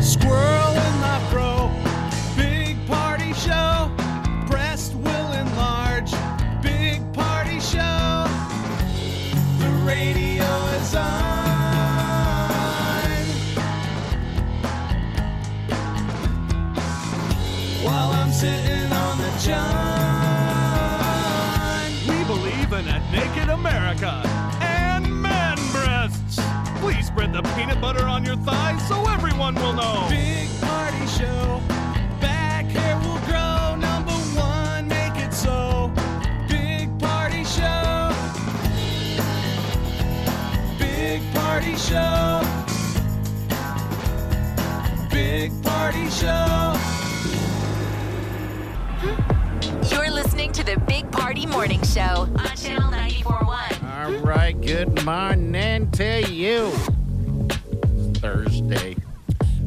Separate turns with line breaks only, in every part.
Squirrel in the pro, big party show. Breast will enlarge, big party show. The radio is on. While I'm sitting on the john. We believe in a naked America and man breasts. Please spread the peanut butter on your thighs so everyone will know. Big party show. Back hair will grow. Number one, make it so. Big party show. Big party show. Big party show.
You're listening to the Big Party Morning Show on Channel 941.
All right, good morning to you. Thursday.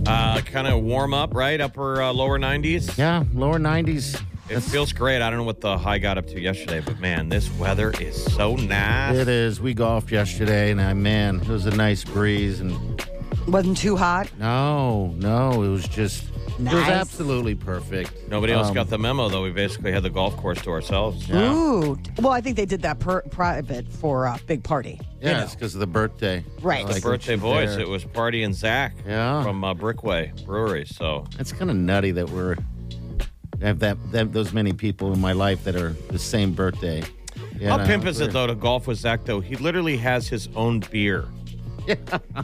Uh, kind of warm up, right? Upper, uh, lower 90s.
Yeah, lower 90s.
It feels great. I don't know what the high got up to yesterday, but man, this weather is so nice.
It is. We golfed yesterday, and I, man, it was a nice breeze. And
Wasn't too hot.
no, no, it was just, it was
Nice.
absolutely perfect.
Nobody else
Um,
got the memo, though. We basically had the golf course to ourselves.
Yeah.
Ooh. Well, I think they did that per- private for uh, big party.
Yeah, it's because of the birthday.
Right.
Like,
Birthday
it's
voice.
there.
It was Party and Zach
Yeah.
from uh, Brickway Brewery. So
It's kind of nutty that we're I have that, that those many people in my life that are the same birthday. You
how
know,
pimp is it
we're-
though to golf with Zach? Though he literally has his own beer.
Oh,
Yeah.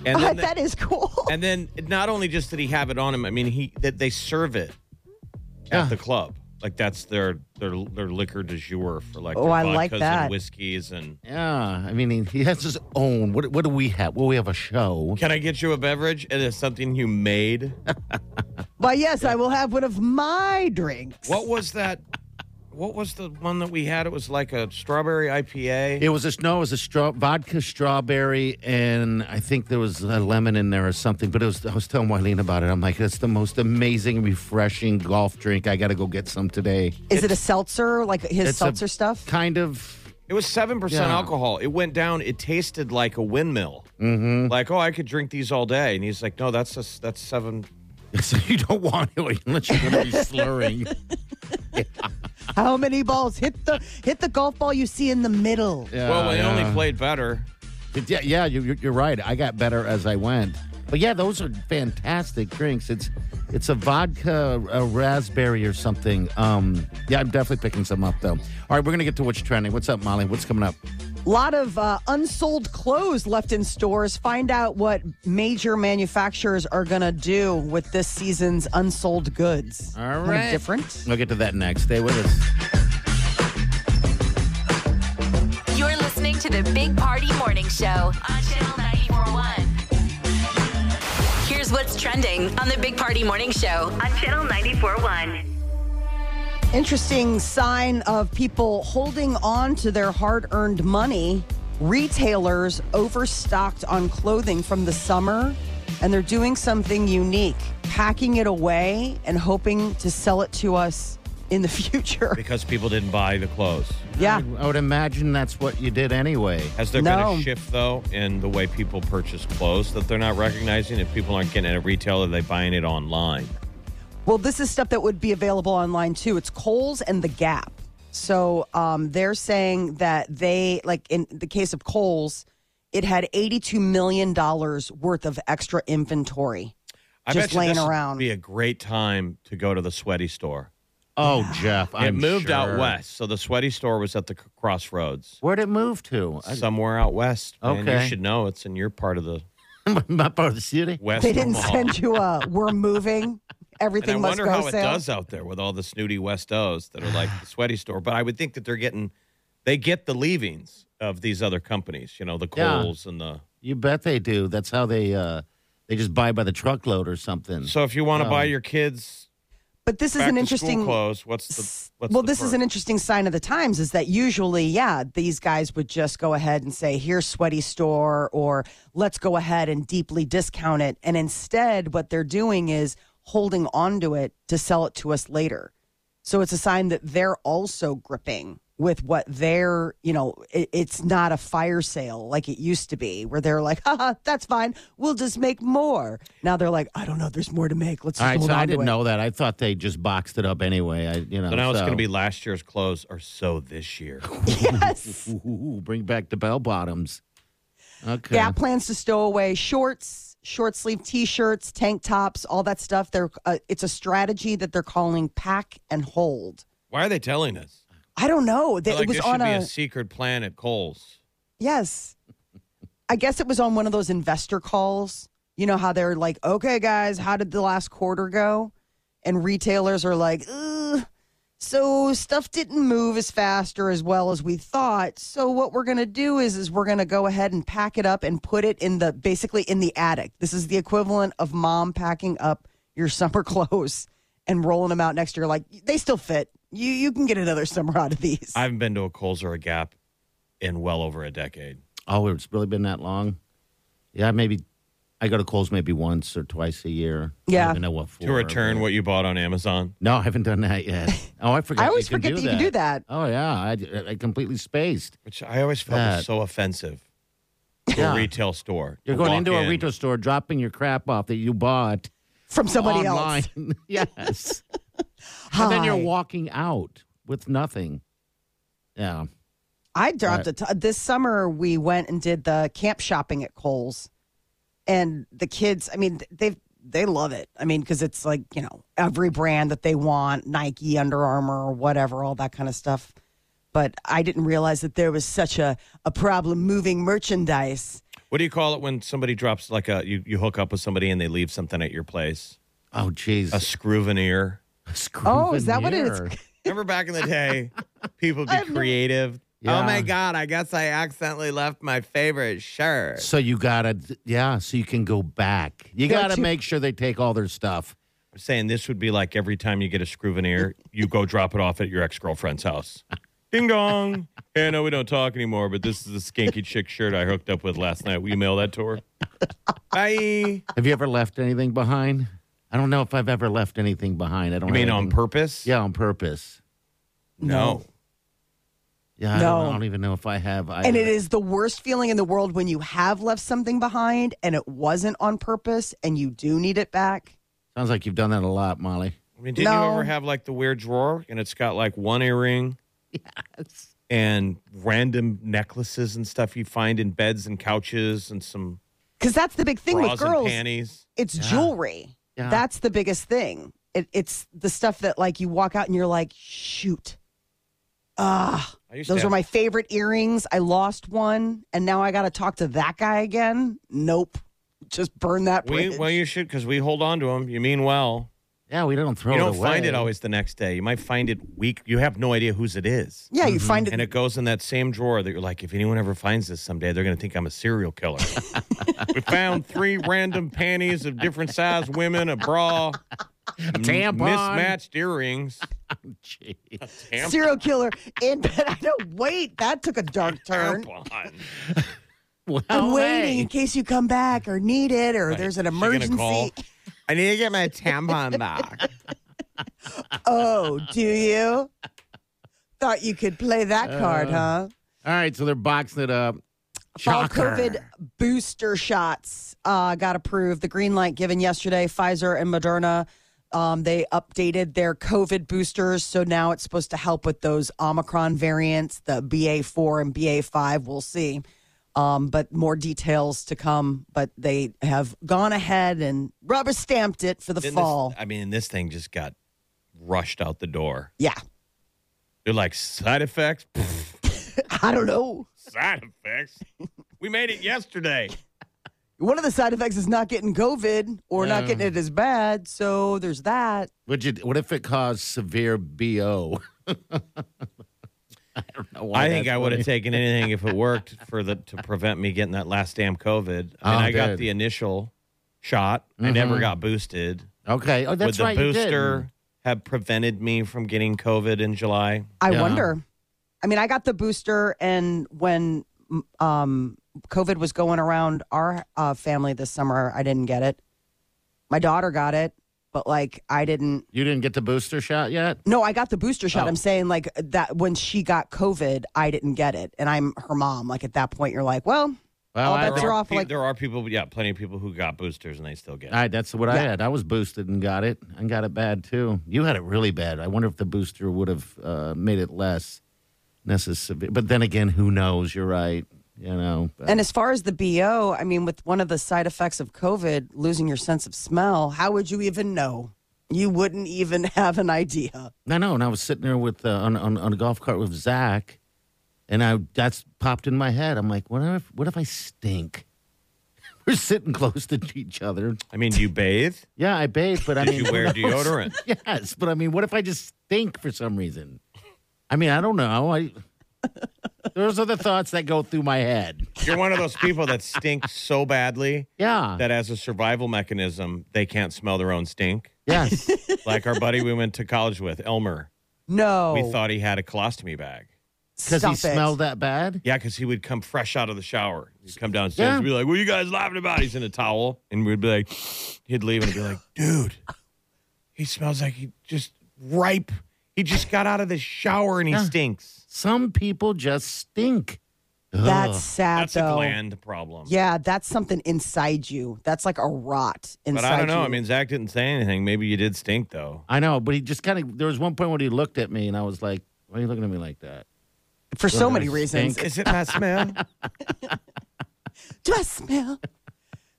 And then,
that is cool.
and then not only just did he have it on him. I mean, he that they serve it
Yeah.
at the club. Like that's their their their liquor du jour for like.
Oh,
their
I like
vodkas
that.
And whiskeys and.
Yeah, I mean, he, he has his own. What, what do we have? Well, we have a show.
Can I get you a beverage? It is something you made.
Well, yes, I will have one of my drinks.
What was that? What was the one that we had? It was like a strawberry IPA.
It was a no, it was a straw, vodka strawberry, and I think there was a lemon in there or something. But it was I was telling Wileen about it. I'm like, that's the most amazing, refreshing golf drink. I got to go get some today.
Is it a seltzer, like his
It's a
seltzer stuff?
Kind of.
It was seven percent
Yeah.
alcohol. It went down. It tasted like a windmill. Mm-hmm. Like, oh, I could drink these all day. And he's like, no, that's just that's seven.
So you don't want it unless you're going to be slurring.
How many balls hit the hit the golf ball you see in the middle?
Yeah,
well, they
yeah.
only played better.
It- Yeah, yeah, you- you're, you're right. I got better as I went. But yeah, those are fantastic drinks. It's it's a vodka, a raspberry, or something. Um, yeah, I'm definitely picking some up though. All right, we're gonna get to what's trending. What's up, Molly? What's coming up?
lot of uh, unsold clothes left in stores. Find out what major manufacturers are going to do with this season's unsold goods.
All
Kind of
right.
different.
We'll get to that next. Stay with us.
You're listening to the Big Party Morning Show on Channel 941. Here's what's trending on the Big Party Morning Show on Channel 941.
Interesting sign of people holding on to their hard earned money. Retailers overstocked on clothing from the summer, and they're doing something unique, packing it away and hoping to sell it to us in the future.
Because people didn't buy the clothes.
Yeah.
I would imagine that's what you did anyway.
As they're going
No.
to shift though in the way people purchase clothes, that they're not recognizing if people aren't getting it at a retailer, they're buying it online.
Well, this is stuff that would be available online too. It's Kohl's and The Gap. So um, they're saying that they, like in the case of Kohl's, it had $82 million worth of extra inventory.
I
Just
bet you
laying
this
around.
would be a great time to go to the sweaty store.
Oh, Jeff,
It
I'm
moved out
sure.
west, so the sweaty store was at the c- crossroads.
Where'd it move to? I-
Somewhere out west. Man,
Okay.
you should know it's in your part of the
Not part of the city.
west.
They didn't
Omaha.
send you a we're moving.
And I
Everything must
wonder
go
how it
sale.
does out there with all the snooty West O's that are like the sweaty store. But I would think that they're getting they get the leavings of these other companies, you know, the
Yeah.
Coles and the.
You bet they do. That's how they uh, they just buy by the truckload or something.
So if you want to buy your kids
But this is
back
an
to
interesting.
school clothes, what's the what's
well,
the
this is
perk?
an interesting sign of the times is that usually, yeah, these guys would just go ahead and say, here's Sweaty Store, or let's go ahead and deeply discount it. And instead, what they're doing is holding onto it to sell it to us later. So it's a sign that they're also gripping with what they're, you know, it, it's not a fire sale like it used to be, where they're like, haha, that's fine. We'll just make more. Now they're like, I don't know. There's more to make. Let's
All
just
right,
hold
so
on
I
to
didn't
it.
know that. I thought they just boxed it up anyway. I, you know,
So now it's going to be last year's clothes, or so this year.
Yes.
Ooh, ooh, ooh, bring back the bell bottoms. Okay.
Gap plans to stow away shorts, short sleeve t-shirts, tank tops, all that stuff. They're uh, it's a strategy that they're calling pack and hold.
Why are they telling us?
I don't know.
They're
That
like,
it was
this
on
should be
a,
a secret plan at Coles.
yes. I guess it was on one of those investor calls. You know how they're like, "Okay, guys, how did the last quarter go?" And retailers are like, Ugh, "So stuff didn't move as fast or as well as we thought. So what we're gonna do is, is we're gonna go ahead and pack it up and put it in the basically in the attic. This is the equivalent of mom packing up your summer clothes and rolling them out next year. Like they still fit. You you can get another summer out of these.
I haven't been to a Coles or a Gap in well over a decade.
Oh, it's really been that long. Yeah, maybe I go to Kohl's maybe once or twice a year. I
Yeah.
don't even know what for.
to return
but-
what you bought on Amazon.
No, I haven't done that yet. Oh, I forgot.
I
you
always
can
forget
do
that you can do that.
Oh yeah, I, I completely spaced.
Which I always felt
That-
was so offensive to
Yeah.
a retail store.
You're
to
going
walk
into
in.
a retail store, dropping your crap off that you bought
From somebody else.
online. yes, and then you're
Hi.
walking out with nothing. Yeah.
I dropped a ton. This summer, we went and did the camp shopping at Kohl's, and the kids. I mean, they they love it. I mean, because it's like you know every brand that they want, Nike, Under Armour, or whatever, all that kind of stuff. But I didn't realize that there was such a a problem moving merchandise.
What do you call it when somebody drops like a you, you hook up with somebody and they leave something at your place?
Oh, jeez.
A scrivener.
Oh, is that what it is?
Scrivener.
Remember back in the day, people would be creative.
Yeah.
Oh my god, I guess I accidentally left my favorite shirt.
So you gotta, yeah. So you can go back. You
Go
gotta
to-
make sure they take all their stuff.
I'm saying this would be like every time you get a scrivener, you go drop it off at your ex girlfriend's house. Ding dong. Hey, I know we don't talk anymore, but this is the skanky chick shirt I hooked up with last night. Will you mail that to her? Bye.
Have you ever left anything behind? I don't know if I've ever left anything behind. I don't.
You mean
have
on
any-
purpose?
Yeah, on purpose.
No.
Yeah, I,
No.
don't, I don't even know if I have. I,
And it is the worst feeling in the world when you have left something behind and it wasn't on purpose, and you do need it back.
sounds like you've done that a lot, Molly.
I mean, did
No.
you ever have like the weird drawer and it's got like one earring? And random necklaces and stuff you find in beds and couches and some
Because that's the big thing
bras
with
and
girls.
panties.
it's jewelry.
Yeah.
That's the biggest thing. It, it's the stuff that like you walk out and you're like, shoot, ah,
I used to
those were
have-
my favorite earrings. I lost one, and now I got to talk to that guy again. Nope, just burn that bridge.
We, well, you should because we hold on to them. You mean well.
Yeah, we don't throw
you
it
don't
away.
find it always the next day. You might find it week. You have no idea whose it is.
yeah, you find
Mm-hmm. And
it.
it goes in that same drawer that you're like, if anyone ever finds this someday, they're going to think I'm a serial killer. we found three random panties of different size women, a bra, m-
tampon.
mismatched earrings.
Jeez.
Tampon.
Serial killer in bed. I don't wait. That took a
Oh,
dark turn.
Tampon.
Well,
I'm waiting
hey.
in case you come back or need it or
Right.
there's an
She gonna
emergency.
call? I need to get my tampon back.
Oh, do you? Thought you could play that card,
Uh,
huh?
All right, so they're boxing it up.
Fall
Shocker.
COVID booster shots uh, got approved. The green light given yesterday, Pfizer and Moderna, um, they updated their COVID boosters. So now it's supposed to help with those Omicron variants, the BA4 and BA5. We'll see. Um, but more details to come. But they have gone ahead and rubber stamped it for the
Didn't this-
fall.
I mean, this thing just got rushed out the door.
yeah.
They're like, side effects? Pff,
I don't know.
side effects? we made it yesterday.
One of the side effects is not getting COVID or not getting it as bad. So there's that.
Would you? What if it caused severe bo? don't know why
I think
that's
I would
funny.
have taken anything if it worked for the to prevent me getting that last damn COVID. I mean,
Oh,
I got
dude.
the initial shot. I never got boosted.
Okay. Oh,
would
that's
the
right. you did.
booster have prevented me from getting COVID in July?
I
Yeah.
wonder. I mean, I got the booster, and when um, COVID was going around our uh, family this summer, I didn't get it. My daughter got it, but like I didn't.
You didn't get the booster shot yet?
No, I got the booster
Oh.
shot. I'm saying like that when she got COVID, I didn't get it, and I'm her mom. Like at that point, you're like, well,
Well,
all
I-
bets
There
are
are
off.
pe-
Like
there are people, yeah, plenty of people who got boosters and they still get. it.
I, that's what I had. I was boosted and got it, and got it bad too. You had it really bad. I wonder if the booster would have uh, made it less necessary. But then again, who knows? You're right. You know. but-
And as far as the BO, I mean, with one of the side effects of COVID, losing your sense of smell, how would you even know? You wouldn't even have an idea.
I know, and I was sitting there with uh, on, on on a golf cart with Zach, and I that's popped in my head. I'm like, what if what if I stink? We're sitting close to each other.
I mean, do you bathe?
Yeah, I bathe, but I
Did
mean,
you wear
who knows?
deodorant?
Yes, but I mean, what if I just stink for some reason? I mean, I don't know. I those are the thoughts that go through my head.
You're one of those people that stinks so badly
Yeah.
that as a survival mechanism, they can't smell their own stink.
yes.
Like our buddy we went to college with, Elmer.
No.
We thought he had a colostomy bag.
Because he
Stop it.
smelled that bad.
Yeah, because he would come fresh out of the shower. He'd come downstairs
Yeah.
and be like, What are you guys laughing about? He's in a towel. And we'd be like, He'd leave and be like, Dude, he smells like he just ripe. He just got out of the shower and he stinks.
Some people just stink.
That's sad,
That's
though.
a gland problem.
Yeah, that's something inside you. That's like a rot inside
But I don't know.
you.
I mean, Zach didn't say anything. Maybe you did stink, though.
I know, but he just kind of. There was one point when he looked at me, and I was like, "Why are you looking at me like that?"
for so
I
many
stink?
reasons.
Is it my smell?
Do I smell?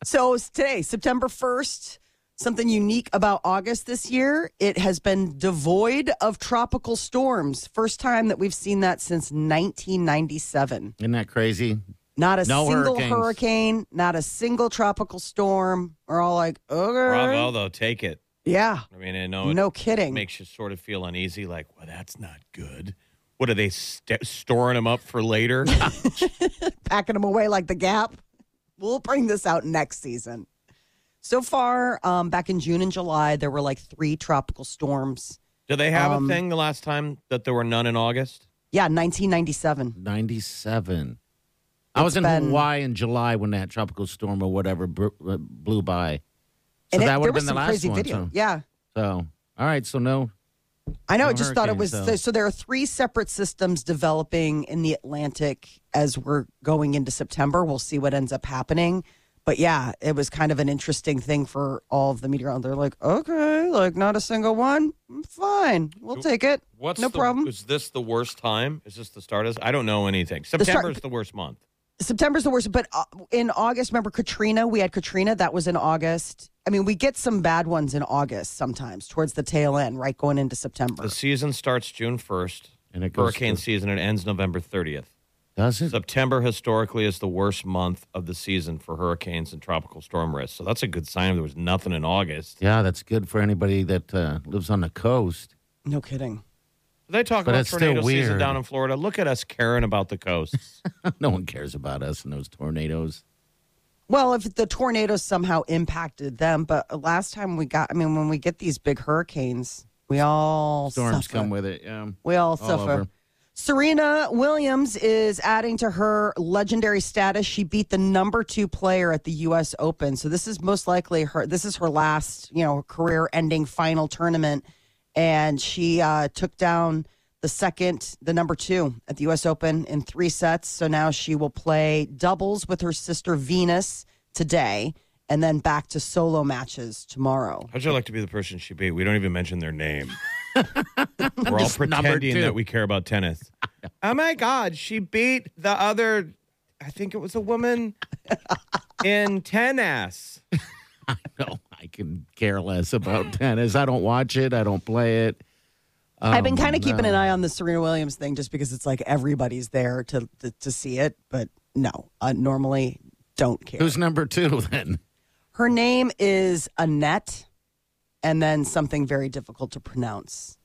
so it's today, September 1st, something unique about August this year, it has been devoid of tropical storms. First time that we've seen that since 1997.
Isn't that crazy?
Not a
No
single
hurricanes.
hurricane, not a single tropical storm. We're all like, okay.
Bravo, though. Take it.
Yeah.
I mean, I know it
no kidding.
makes you sort of feel uneasy, like, well, that's not good. What are they st- storing them up for later?
Um, packing them away like the gap. We'll bring this out next season. So far, um, back in June and July, there were like three tropical storms.
Do they have
Um,
a thing the last time that there were none in August?
Yeah, 1997.
Ninety-seven. I was in
been-
Hawaii in July when that tropical storm or whatever br- uh, blew by. So
and it-
that would
there
have
was
been the
some
last
crazy
one.
video.
So,
Yeah.
so, all right. So no.
I know.
No
I just thought it was.
hurricanes, so-
So. there are three separate systems developing in the Atlantic as we're going into September. We'll see what ends up happening. But yeah, it was kind of an interesting thing for all of the meteorologists. They're like, okay, like not a single one. Fine. We'll take it. no problem.
Is this the worst time? Is this the start? I don't know anything.
start-
September's the worst month.
September's the worst, but uh, in August, remember Katrina? We had Katrina. That was in August. I mean, we get some bad ones in August sometimes, towards the tail end, right going into September.
The season starts June 1st,
And it goes
hurricane
to-
season, and ends November 30th.
Does it?
September historically is the worst month of the season for hurricanes and tropical storm risk. So that's a good sign there was nothing in August.
Yeah, that's good for anybody that uh, lives on the coast.
No kidding.
They talk
But
about
it's still
tornado season
weird.
down in Florida. Look at us caring about the coasts.
no one cares about us and those tornadoes.
Well, if the tornadoes somehow impacted them, but last time we got, I mean, when we get these big hurricanes, we all
Storms
suffer.
come with it. Yeah.
We all,
All
suffer.
over.
Serena Williams is adding to her legendary status. She beat the number two player at the U.S. Open, so this is most likely her. This is her last, you know, career-ending final tournament, and she uh, took down the second, the number two at the U.S. Open in three sets. So now she will play doubles with her sister Venus today, and then back to solo matches tomorrow.
How'd you like to be the person she beat? We don't even mention their name. We're all
number two.
pretending that we care about tennis. oh my God, she beat the other, I think it was a woman in tennis.
No, I can care less about tennis. I don't watch it. I don't play it.
I've
Oh,
been kind of keeping an eye on the Serena Williams thing just because it's like everybody's there to to, to see it, but no, uh, normally don't care.
Who's number two then?
Her name is Annette, and then something very difficult to pronounce,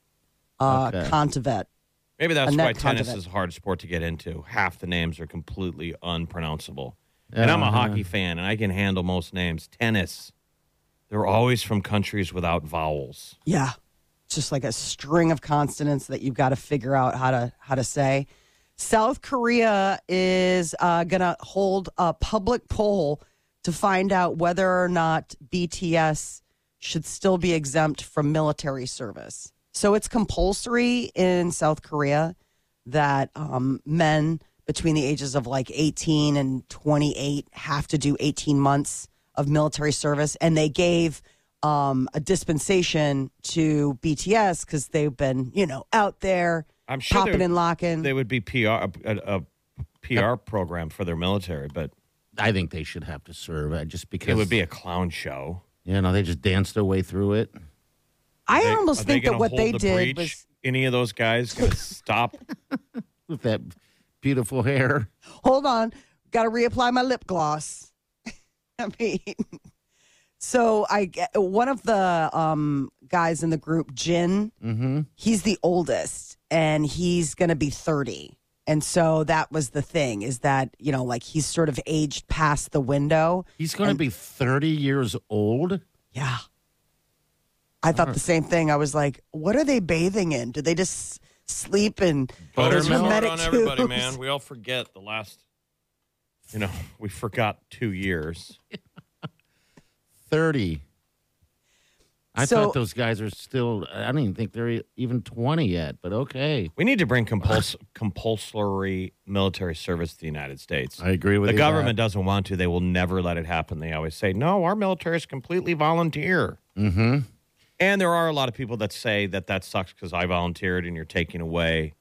uh,
Okay.
Contevet.
Maybe that's
And that
why tennis
controver-
is a hard sport to get into. Half the names are completely unpronounceable. And I'm a
Uh-huh.
hockey fan and I can handle most names. Tennis, they're always from countries without vowels.
Yeah. It's just like a string of consonants that you've got to figure out how to how to say. South Korea is uh, going to hold a public poll to find out whether or not BTS should still be exempt from military service. So it's compulsory in South Korea that um, men between the ages of like 18 and 28 have to do 18 months of military service. And they gave um, a dispensation to BTS because they've been, you know, out there
I'm sure
popping
they're-
and locking.
They would be PR a, a, a PR program for their military, but
I think they should have to serve uh, just because
it would be a clown show.
You know, they just danced their way through it.
I
They-
almost
are
think that
gonna
what
hold
they
the
did
breach?
was
any of those guys going to stop
with that beautiful hair.
hold on, got to reapply my lip gloss. I mean, so I get- one of the um, guys in the group, Jin,
Mm-hmm.
he's the oldest, and he's going to be thirty. And so that was the thing is that you know like he's sort of aged past the window.
He's going to be 30 years old.
Yeah. I thought the
Hmm.
same thing. I was like, what are they bathing in? Do they just sleep and
Buttermilk
hermetic
on everybody,
tubes?
man. We all forget the last. You know, we forgot two years.
30. I
So-
thought those guys are still, I don't even think they're e- even 20 yet, but okay.
We need to bring compuls- compulsory military service to the United States.
I agree with
the
you
government doesn't want to. They will never let it happen. They always say, "No, our military is completely volunteer." Mm-hmm. And there are a lot of people that say that that sucks because I volunteered and you're taking away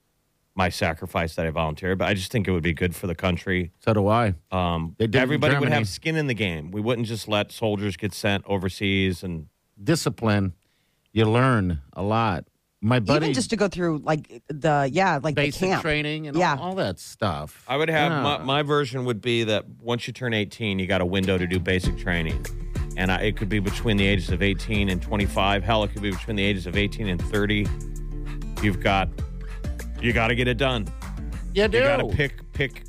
my sacrifice that I volunteered. But I just think it would be good for the country.
So do I.
Um,
They did in
everybody would
Germany.
have skin in the game. We wouldn't just let soldiers get sent overseas and
Discipline, you learn a lot. My buddy,
Even just to go through like the yeah, like the
basic
camp.
training and
Yeah.
all, all that stuff.
I would have
Yeah.
my, my version would be that once you turn 18, you got a window to do basic training. And I, it could be between the ages of 18 and 25. Hell, it could be between the ages of 18 and 30. You've got you got to get it done.
you do.
You got to pick pick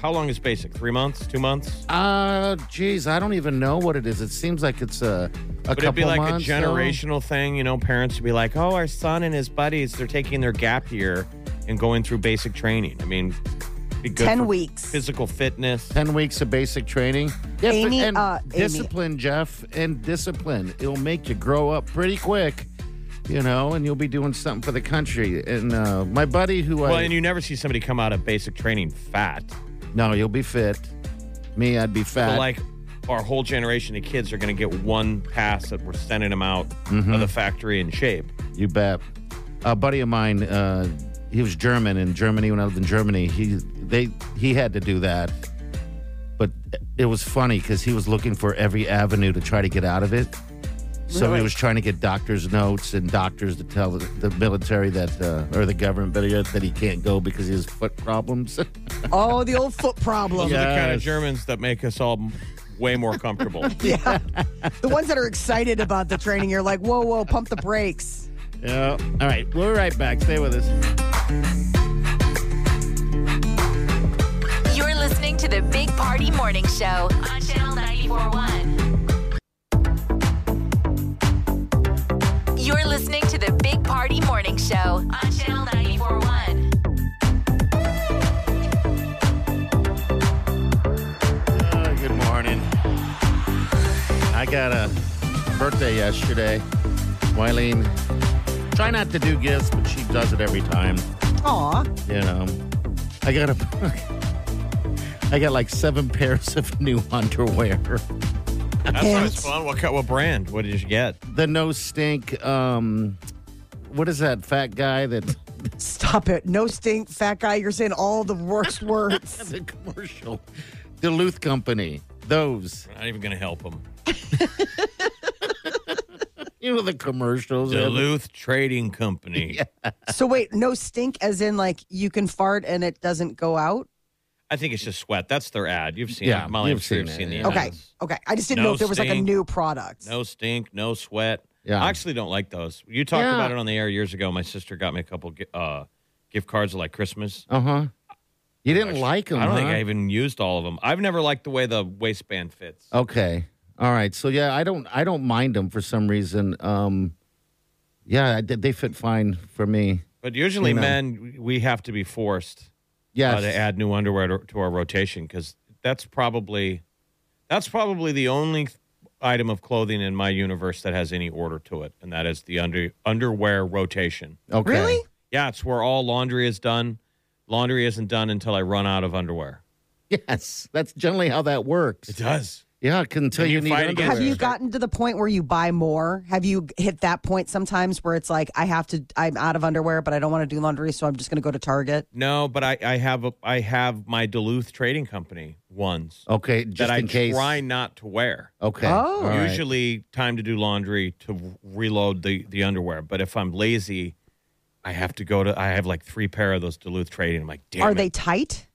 how long is basic? 3 months, 2 months?
Uh, geez, I don't even know what it is. It seems like it's a, a
But
couple
it'd be like
months,
a
so-
generational thing, you know, parents would be like, "Oh, our son and his buddies, they're taking their gap year and going through basic training." I mean, be good
10
for
weeks.
physical fitness.
10 weeks of basic training. Yeah,
Amy,
and
uh, Amy.
discipline, Jeff, and discipline. It'll make you grow up pretty quick, you know, and you'll be doing something for the country. And uh, my buddy who
Well,
I.
and you never see somebody come out of basic training fat.
no, you'll be fit. Me, I'd be fat.
But like our whole generation of kids are going to get one pass that we're sending them out
Mm-hmm.
of the factory in shape.
You bet. A buddy of mine, uh, he was German in Germany when I lived in Germany. He they he had to do that, but it was funny because he was looking for every avenue to try to get out of it. So he
Really?
was trying to get doctors' notes and doctors to tell the, the military that uh, or the government better yet, that he can't go because he has foot problems.
Oh, the old foot problem.
Those are the kind of
Yes.
Germans that make us all m- way more comfortable.
Yeah. the ones that are excited about the training, you're like, whoa, whoa, pump the brakes.
yeah. All right, we're right back. Stay with us.
You're listening to the Big Party Morning Show on Channel 941. You're listening to the Big Party Morning Show on Channel 941.
Uh, good morning. I got a birthday yesterday. Wileen, try not to do gifts, but she does it every time.
Aw.
You know, I got a, I got like seven pairs of new underwear.
That's always
Pants.
fun. What, co- what brand? What did you get?
The no stink. Um, what is that fat guy that
Stop it. No stink, fat guy. You're saying all the worst words.
the commercial? Duluth Company. Those.
We're not even going to help them.
You know the commercials.
Duluth Trading Company.
so wait, no stink as in like you can fart and it doesn't go out?
I think it's just sweat. That's their ad. You've seen
Yeah,
it. Molly,
you've
I'm sure
seen
you've
it,
seen the
yeah.
ad.
Okay. Okay. I just didn't
No
know if there was like a
stink.
new product.
No stink, no sweat.
Yeah.
I actually don't like those. You talked
Yeah.
about it on the air years ago. My sister got me a couple uh, gift cards are like Christmas.
Uh huh. You didn't like them.
I don't think
huh?
I even used all of them. I've never liked the way the waistband fits.
Okay. All right. So yeah, I don't I don't mind them for some reason. Um yeah, I, did- they fit fine for me.
But usually,
You know.
men, we have to be forced
Yes.
uh, to add new underwear to, to our rotation because that's probably that's probably the only item of clothing in my universe that has any order to it, and that is the under underwear rotation.
okay.
Really?
Yeah, it's where all laundry is done. Laundry isn't done until I run out of underwear.
Yes. That's generally how that works.
does.
Yeah, until
And
you,
you
need
fight against
underwear.
Have you
Sure.
gotten to the point where you buy more? Have you hit that point sometimes where it's like I have to I'm out of underwear but I don't want to do laundry so I'm just going to go to Target?
No, but I, I have a, I have my Duluth Trading Company ones
Okay, Oh, just
that I
in case.
try not to wear.
Okay.
Oh.
all right.
Usually, time to do laundry to reload the the underwear. But if I'm lazy, I have to go to. I have like three pair of those Duluth Trading. I'm like, damn.
Are
it.
they tight?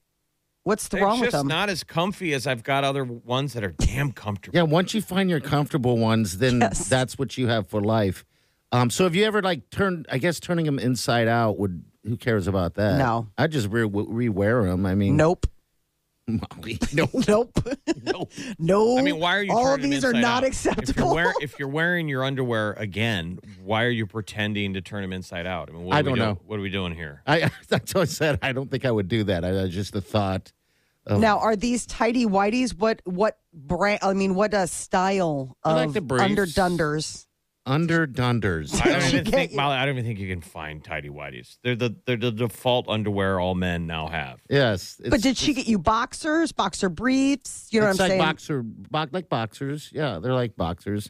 What's the
They're
wrong with
just
them?
not as comfy as I've got other ones that are damn comfortable.
Yeah, once you find your comfortable ones, then
Yes.
that's what you have for life. Um, so have you ever like turned? I guess turning them inside out would. Who cares about that?
No.
I just re- rewear them. I mean,
nope.
Molly, no.
Nope. no.
I mean, why are you?
All of
turning them
these are
inside
not
out? If
acceptable.
you're, wear, if you're wearing your underwear again, why are you pretending to turn them inside out? I mean, what
I
are we
don't
doing-
know.
What are we doing here?
I that's what I said. I don't think I would do that. I, I just the thought. Oh.
now, are these tidy whities? What what brand? I mean, what uh, style
I like
of
the briefs.
underdunders?
Under dunders.
I don't
She
even
get
think
you.
Molly, I don't even think you can find tidy whities. They're the they're the default underwear all men now have.
yes.
But did she get you boxers, boxer briefs? You know
it's
what I'm
like boxer,
saying?
bo- like boxers. Yeah, they're like boxers.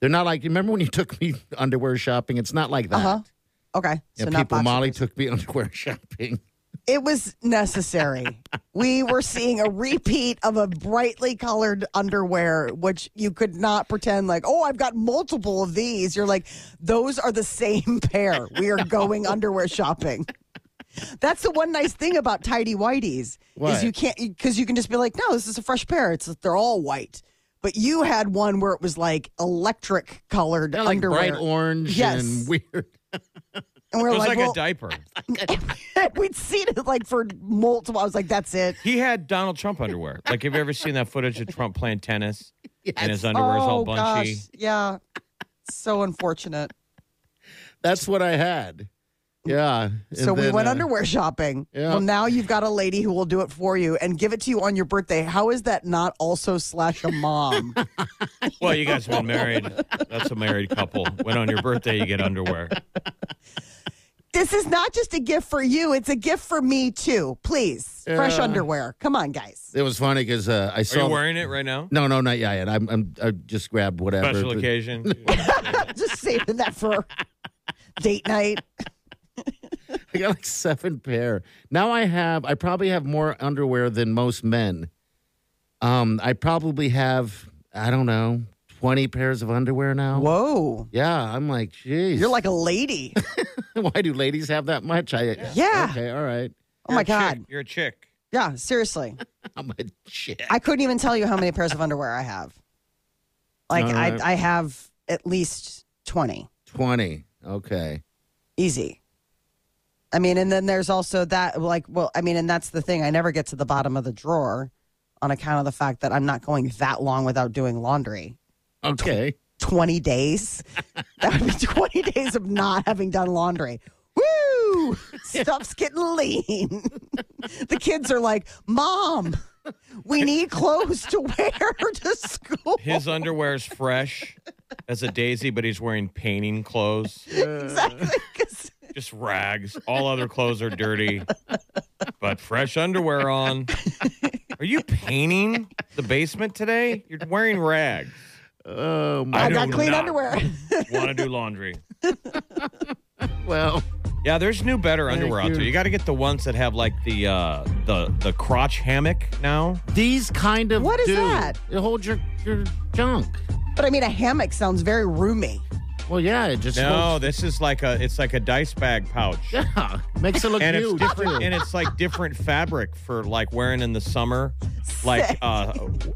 They're not like. Remember when you took me underwear shopping? It's not like that.
Uh-huh. okay,
Yeah,
so not
people.
boxer
Molly
briefs.
took me underwear shopping.
It was necessary. we were seeing a repeat of a brightly colored underwear, which you could not pretend like, oh, I've got multiple of these. You're like, those are the same pair. We are going underwear shopping. That's the one nice thing about tidy whiteys
What?
is you can't because you can just be like, no, this is a fresh pair. It's they're all white. But you had one where it was like electric colored
They're like
underwear,
bright orange
Yes.
and weird.
and we
It
we're
was
like,
like,
well,
a diaper.
we'd seen it like for multiple. I was like, that's it.
He had Donald Trump underwear. Like, have you ever seen that footage of Trump playing tennis and his underwear's all bunchy?
Oh, Gosh. Yeah. So unfortunate.
That's what I had. Yeah. and
so we
then,
went
uh,
underwear shopping.
yeah.
Well, now you've got a lady who will do it for you and give it to you on your birthday. How is that not also slash a mom?
Well, you guys have been married. That's a married couple. When on your birthday you get underwear.
this is not just a gift for you, it's a gift for me too. Please. Fresh underwear. Come on, guys.
It was funny because uh, I
Are
saw.
you wearing it right now?
no, no, not yet. I'm, I'm, I just grabbed whatever.
Special
But-
occasion.
just saving that for date night.
I got like seven pair. Now I have. I probably have more underwear than most men. Um, I probably have. I don't know, twenty pairs of underwear now.
Whoa.
Yeah, I'm like, Oh. jeez.
You're like a lady. Oh
why do ladies have that much? I
Yeah.
Okay, all right.
Oh my
You're a chick.
God.
You're a chick.
Yeah, seriously.
I'm a chick.
I couldn't even tell you how many pairs of underwear I have. Like
All right.
I, I have at least twenty,
Twenty. Okay.
easy. I mean, and then there's also that, like, well, I mean, and that's the thing. I never get to the bottom of the drawer on account of the fact that I'm not going that long without doing laundry.
Okay.
Twenty days. that would be twenty days of not having done laundry. Woo! Stuff's getting lean. the kids are like, Mom, we need clothes to wear to school.
His underwear's fresh as a daisy, but he's wearing painting clothes.
exactly. 'cause
just rags. All other clothes are dirty, but fresh underwear on. Are you painting the basement today? You're wearing rags.
Um,
I
I,
do
got clean
not.
underwear.
Want to do laundry?
well,
Yeah, there's new better underwear out
you.
there. You got to get the ones that have like the uh the the crotch hammock now.
these kind of
What is
do.
that?
It holds your your junk.
But I mean, a hammock sounds very roomy.
Well, yeah, it just
No,
holds-
this is like a it's like a dice bag pouch.
yeah makes it look
And it's
huge.
different
too.
and it's like different fabric for like wearing in the summer. like uh,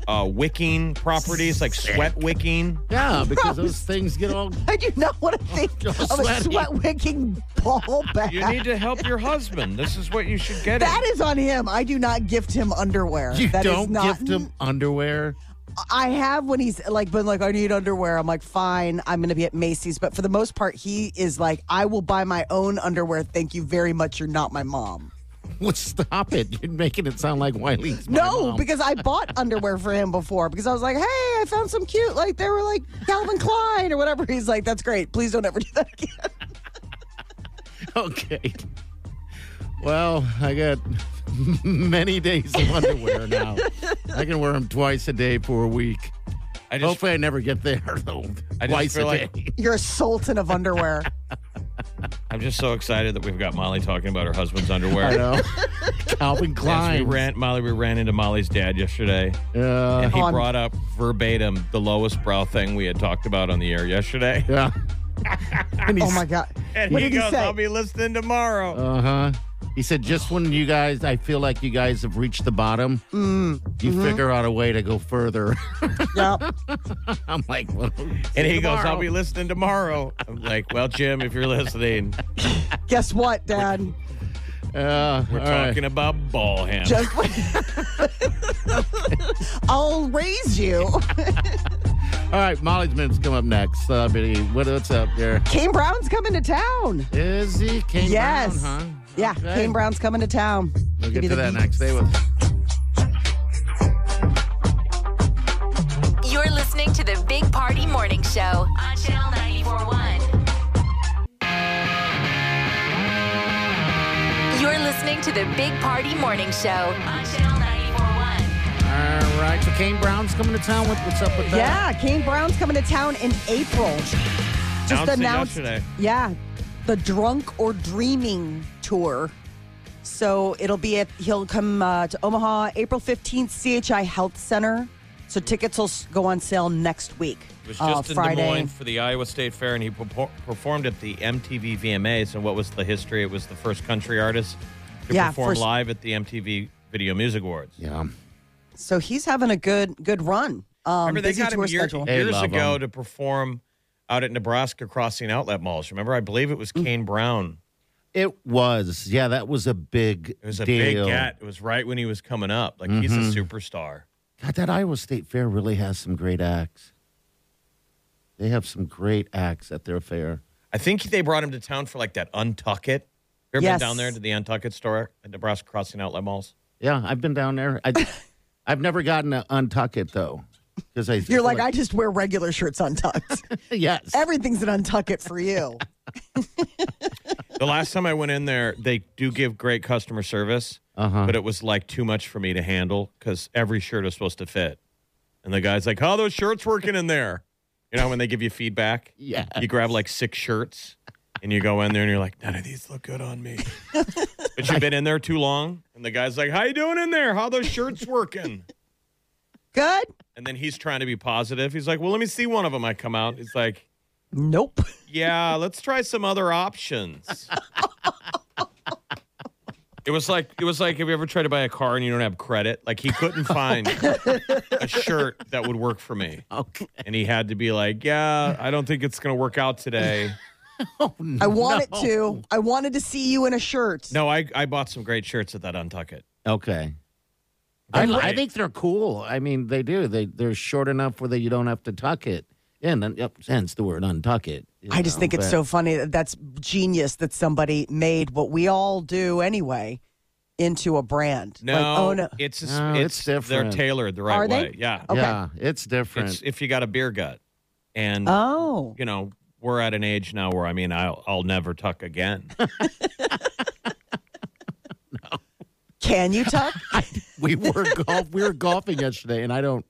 uh, wicking properties, like sweat wicking.
Yeah, because those things get all.
I do not want to think
Oh, You're
of a
sweaty.
sweat wicking ball bag.
You need to help your husband. This is what you should get. him.
that is on him. I do not gift him underwear.
You
That is
don't
not,
gift him underwear.
I have when he's like been like, I need underwear. I'm like, fine, I'm gonna be at Macy's. But for the most part, he is like, I will buy my own underwear. Thank you very much. You're not my mom.
Well, stop it. You're making it sound like Wiley's. my
no,
mom.
because I bought underwear for him before because I was like, hey, I found some cute. Like they were like Calvin Klein or whatever. He's like, that's great. Please don't ever do that again.
Okay. Well, I got many days of underwear now. I can wear them twice a day for a week.
I just,
Hopefully, I never get there, though.
I just
twice a
feel like-
day.
You're a sultan of underwear.
I'm just so excited that we've got Molly talking about her husband's underwear.
I know. Calvin
Yes, we
Klein.
ran, Molly, we ran into Molly's dad yesterday,
Yeah.
and he
On-
brought up verbatim the lowest brow thing we had talked about on the air yesterday.
yeah. and
oh my god.
And
What
he
did he
goes,
say?
I'll be listening tomorrow.
Uh huh. He said, just when you guys, I feel like you guys have reached the bottom,
Mm,
you
mm-hmm.
figure out a way to go further.
Yep.
I'm like, well,
and he goes, I'll be listening tomorrow. I'm like, well, Jim, if you're listening,
Guess what, Dad?
Uh, all
we're
right.
talking about ball ham.
Just I'll raise you.
All right, Molly's minutes come up next. Uh, Biddy, what, what's up there?
Kane Brown's coming to town.
Is he Kane
yes.
Brown, huh?
Yeah,
Okay.
Kane Brown's coming to town.
We'll
Give
get
you
to
the
that
beat.
next. Stay with us.
You're listening to the Big Party Morning Show on Channel 941. You're listening to the Big Party Morning Show on Channel 941.
All right, so Kane Brown's coming to town. What, what's up with that?
Yeah, Kane Brown's coming to town in April. Just
Announced it
announced.
yesterday.
Yeah, the Drunk or Dreaming tour. So it'll be at, he'll come uh, to Omaha April 15th, CHI Health Center. So tickets will s- go on sale next week.
It was
uh,
just in
Friday.
Des Moines for the Iowa State Fair, and he perpo- performed at the MTV VMAs. And what was the history? It was the first country artist to
Yeah,
perform
first-
live at the MTV Video Music Awards.
Yeah.
So he's having a good good run. Um,
Remember, they
busy
got him
tour
year-
schedule.
They
years
love
ago
him.
to perform out at Nebraska Crossing Outlet Malls. Remember, I believe it was
Mm.
Kane Brown.
It was. Yeah, that was a big
It was a
deal. Mm-hmm.
big get. It was right when he was coming up. Like, he's a superstar.
God, that Iowa State Fair really has some great acts. They have some great acts at their fair.
I think they brought him to town for like that Untuck It. You ever
Yes.
been down there to the Untuck It store at Nebraska Crossing Outlet Malls?
Yeah, I've been down there. I, I've never gotten to untuck it though, because I
You're like, I just wear regular shirts untucked.
I yes,
Everything's an untuck it for you.
The last time I went in there, they do give great customer service,
Uh-huh.
but it was like too much for me to handle because every shirt is supposed to fit. And the guy's like, How are those shirts working in there? You know, when they give you feedback,
Yeah.
you grab like six shirts and you go in there and you're like, None of these look good on me. but you've been in there too long. And the guy's like, How you doing in there? How are those shirts working?
Good?
And then he's trying to be positive. He's like, Well, let me see one of them. I come out. He's like,
Nope.
yeah, let's try some other options. it was like it was like have you ever tried to buy a car and you don't have credit? Like he couldn't find a shirt that would work for me.
Okay.
And he had to be like, Yeah, I don't think it's gonna work out today.
I wanted to. I wanted to see you in a shirt.
No, I, I bought some great shirts at that Untuck It.
Okay. I,
They're
I
great.
think they're cool. I mean, they do. They they're short enough where that you don't have to tuck it in. And, yep, hence the word untuck it. you
I just
know,
think it's
but-
so funny that that's genius that somebody made what we all do anyway into a brand.
No,
Like, oh no.
it's just,
No,
it's,
it's
They're
different.
tailored the right
Are they?
way. Yeah,
Okay.
Yeah, it's different.
it's if you got a beer gut, and
Oh.
you know we're at an age now where I mean I'll I'll never tuck again.
Can you tuck?
we were golf. We were golfing yesterday, and I don't.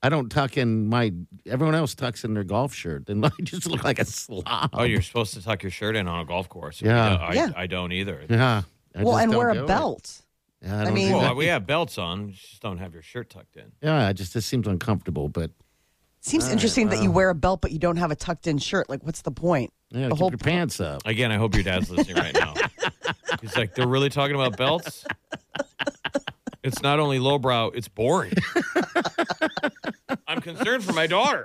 I don't tuck in my. Everyone else tucks in their golf shirt, and I just look like a slob.
Oh, you're supposed to tuck your shirt in on a golf course.
Yeah.
I,
Yeah.
I don't either.
Yeah. I
well,
just
and
don't
wear
do
a
it.
belt.
Yeah, I,
I
don't
mean-
do
Well,
that.
we have belts on. You just don't have your shirt tucked in.
yeah, it just it seems uncomfortable, but
Seems interesting that you wear a belt but you don't have a tucked in shirt. Like what's the point?
yeah,
the
keep
whole
your pants up.
Again, I hope your dad's listening right now. He's like, they're really talking about belts? It's not only lowbrow, it's boring. I'm concerned for my daughter.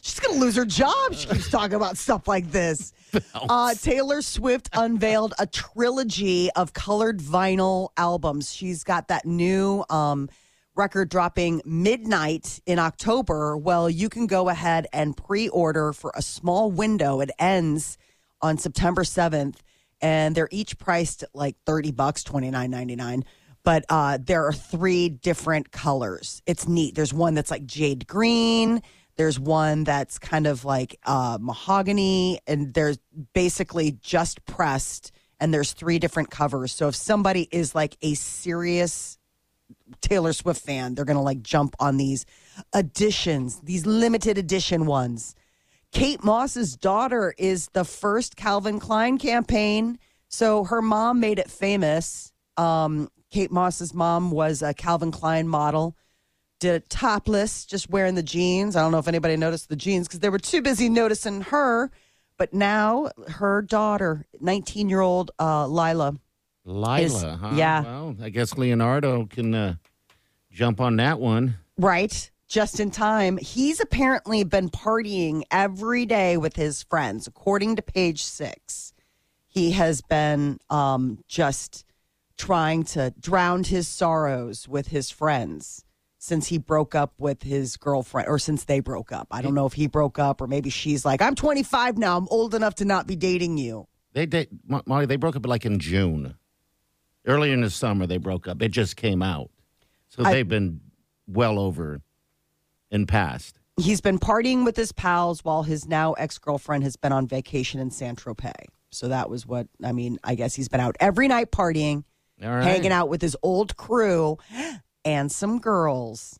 She's going to lose her job. She keeps talking about stuff like this. Uh, Taylor Swift unveiled a trilogy of colored vinyl albums. She's got that new um, record dropping midnight in October. Well, you can go ahead and pre order for a small window. It ends on September 7th, and they're each priced at like 30 bucks, twenty nine ninety nine. But uh, there are three different colors. It's neat. There's one that's like jade green. There's one that's kind of like uh, mahogany, and there's basically just pressed. And there's three different covers. So if somebody is like a serious Taylor Swift fan, they're going to like jump on these editions, these limited edition ones. Kate Moss's daughter is the first Calvin Klein campaign. So her mom made it famous. Um, Kate Moss's mom was a Calvin Klein model, did it topless, just wearing the jeans. I don't know if anybody noticed the jeans because they were too busy noticing her. But now her daughter, 19 year old uh, Lila,
Lila,
Is-
huh?
yeah.
Well, I guess Leonardo can uh, jump on that one.
Right. Just in time. He's apparently been partying every day with his friends, according to page six. He has been um, just trying to drown his sorrows with his friends since he broke up with his girlfriend or since they broke up. I don't know if he broke up or maybe she's like, I'm 25 now. I'm old enough to not be dating you.
They did, Mo- Molly. They broke up like in June, earlier in the summer. They broke up. It just came out, so
I-
they've been well over and past.
He's been partying with his pals while his now ex girlfriend has been on vacation in San Tropez. So that was what I mean. I guess he's been out every night partying,
All right.
hanging out with his old crew and some girls.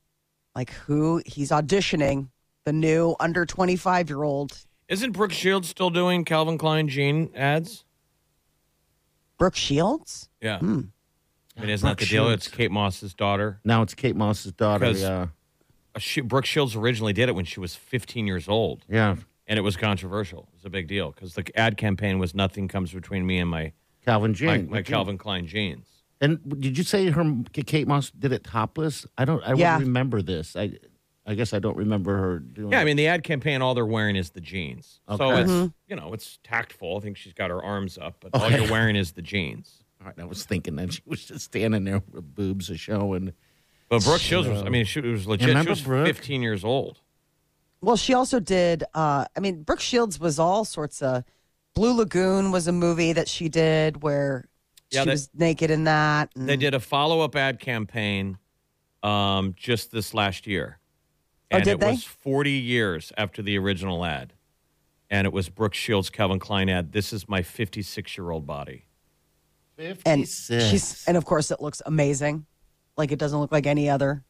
Like who he's auditioning the new under 25 year old
Isn't Brooke Shields still doing Calvin Klein jean ads?
Brooke Shields.
Yeah.
Hmm.
I mean, it's not the
Brooke
deal.
Shields.
It's Kate Moss's daughter.
Now it's Kate Moss's daughter.
'Cause-
Yeah,
Uh, She, Brooke Shields originally did it when she was 15 years old,
yeah.
and it was controversial. It was a big deal because the ad campaign was "Nothing comes between me and my
Calvin
my,
Jane.
my Calvin Klein jeans."
And did you say her Kate Moss did it topless? I don't. I
Yeah.
don't remember this. I, I guess I don't remember her doing.
Yeah, I
it.
mean the ad campaign, all they're wearing is the jeans, so
Okay. Mm-hmm.
it's you know it's tactful. I think she's got her arms up, but all
Okay.
you're wearing is the jeans.
All right, I was thinking that she was just standing there with boobs a showing.
But Brooke Shields was, I mean, she was legit.
Remember
she was
Brooke?
15 years old.
Well, she also did. Uh, I mean, Brooke Shields was all sorts of. Blue Lagoon was a movie that she did where
Yeah,
she
that-
was naked in that. and-
They did a follow up ad campaign um, just this last year.
Oh,
And
did
it
they?
was 40 years after the original ad. And it was Brooke Shields' Calvin Klein ad. This is my 56 year old body.
and
56.
she's and of course it looks amazing like it doesn't look like any other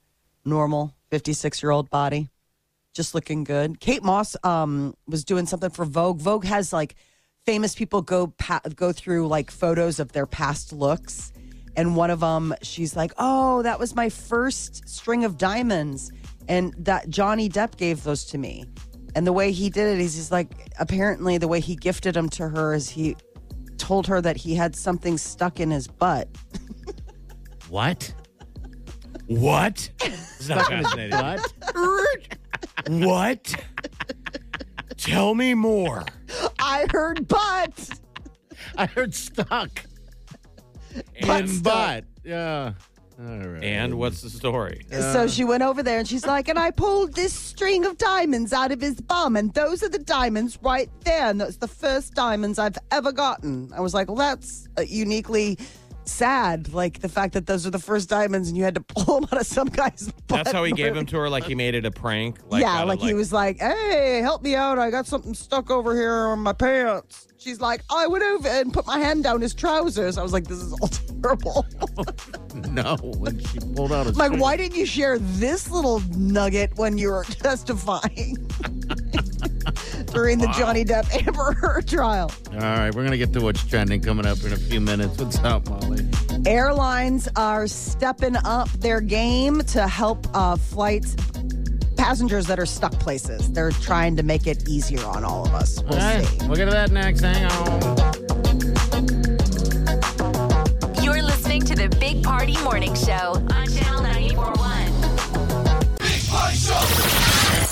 normal 56 year old body just looking good kate moss um was doing something for vogue vogue has like famous people go pa- go through like photos of their past looks and one of them she's like oh that was my first string of diamonds and that johnny depp gave those to me and the way he did it is he's like apparently the way he gifted them to her is he told her that he had something stuck in his butt.
what?
What? It's not fascinating.
What?
what? Tell me more.
I heard butt.
I heard stuck.
And,
But yeah. All right.
and what's the story?
so she went over there and she's like, and I pulled this string of diamonds out of his bum, and those are the diamonds right there. And that's the first diamonds I've ever gotten. I was like, well, that's uh, uniquely sad. Like the fact that those are the first diamonds and you had to pull them out of some guy's butt.
That's how he gave them to her, like he made it a prank. Like,
yeah,
out of,
like, he was like, hey, help me out. I got something stuck over here on my pants. She's like, I went over and put my hand down his trousers. I was like, this is all terrible.
no, when she pulled out a
Like,
string-
why didn't you share this little nugget when you were testifying during the Johnny Depp Amber Heard trial?
All right, we're gonna get to what's trending coming up in a few minutes. What's up, Molly?
Airlines are stepping up their game to help uh, flights passengers that are stuck places. They're trying to make it easier on all of us. We'll
All right,
see.
we'll get to that next. Hang on.
You're listening to the Big Big Party Morning Show on Channel 941.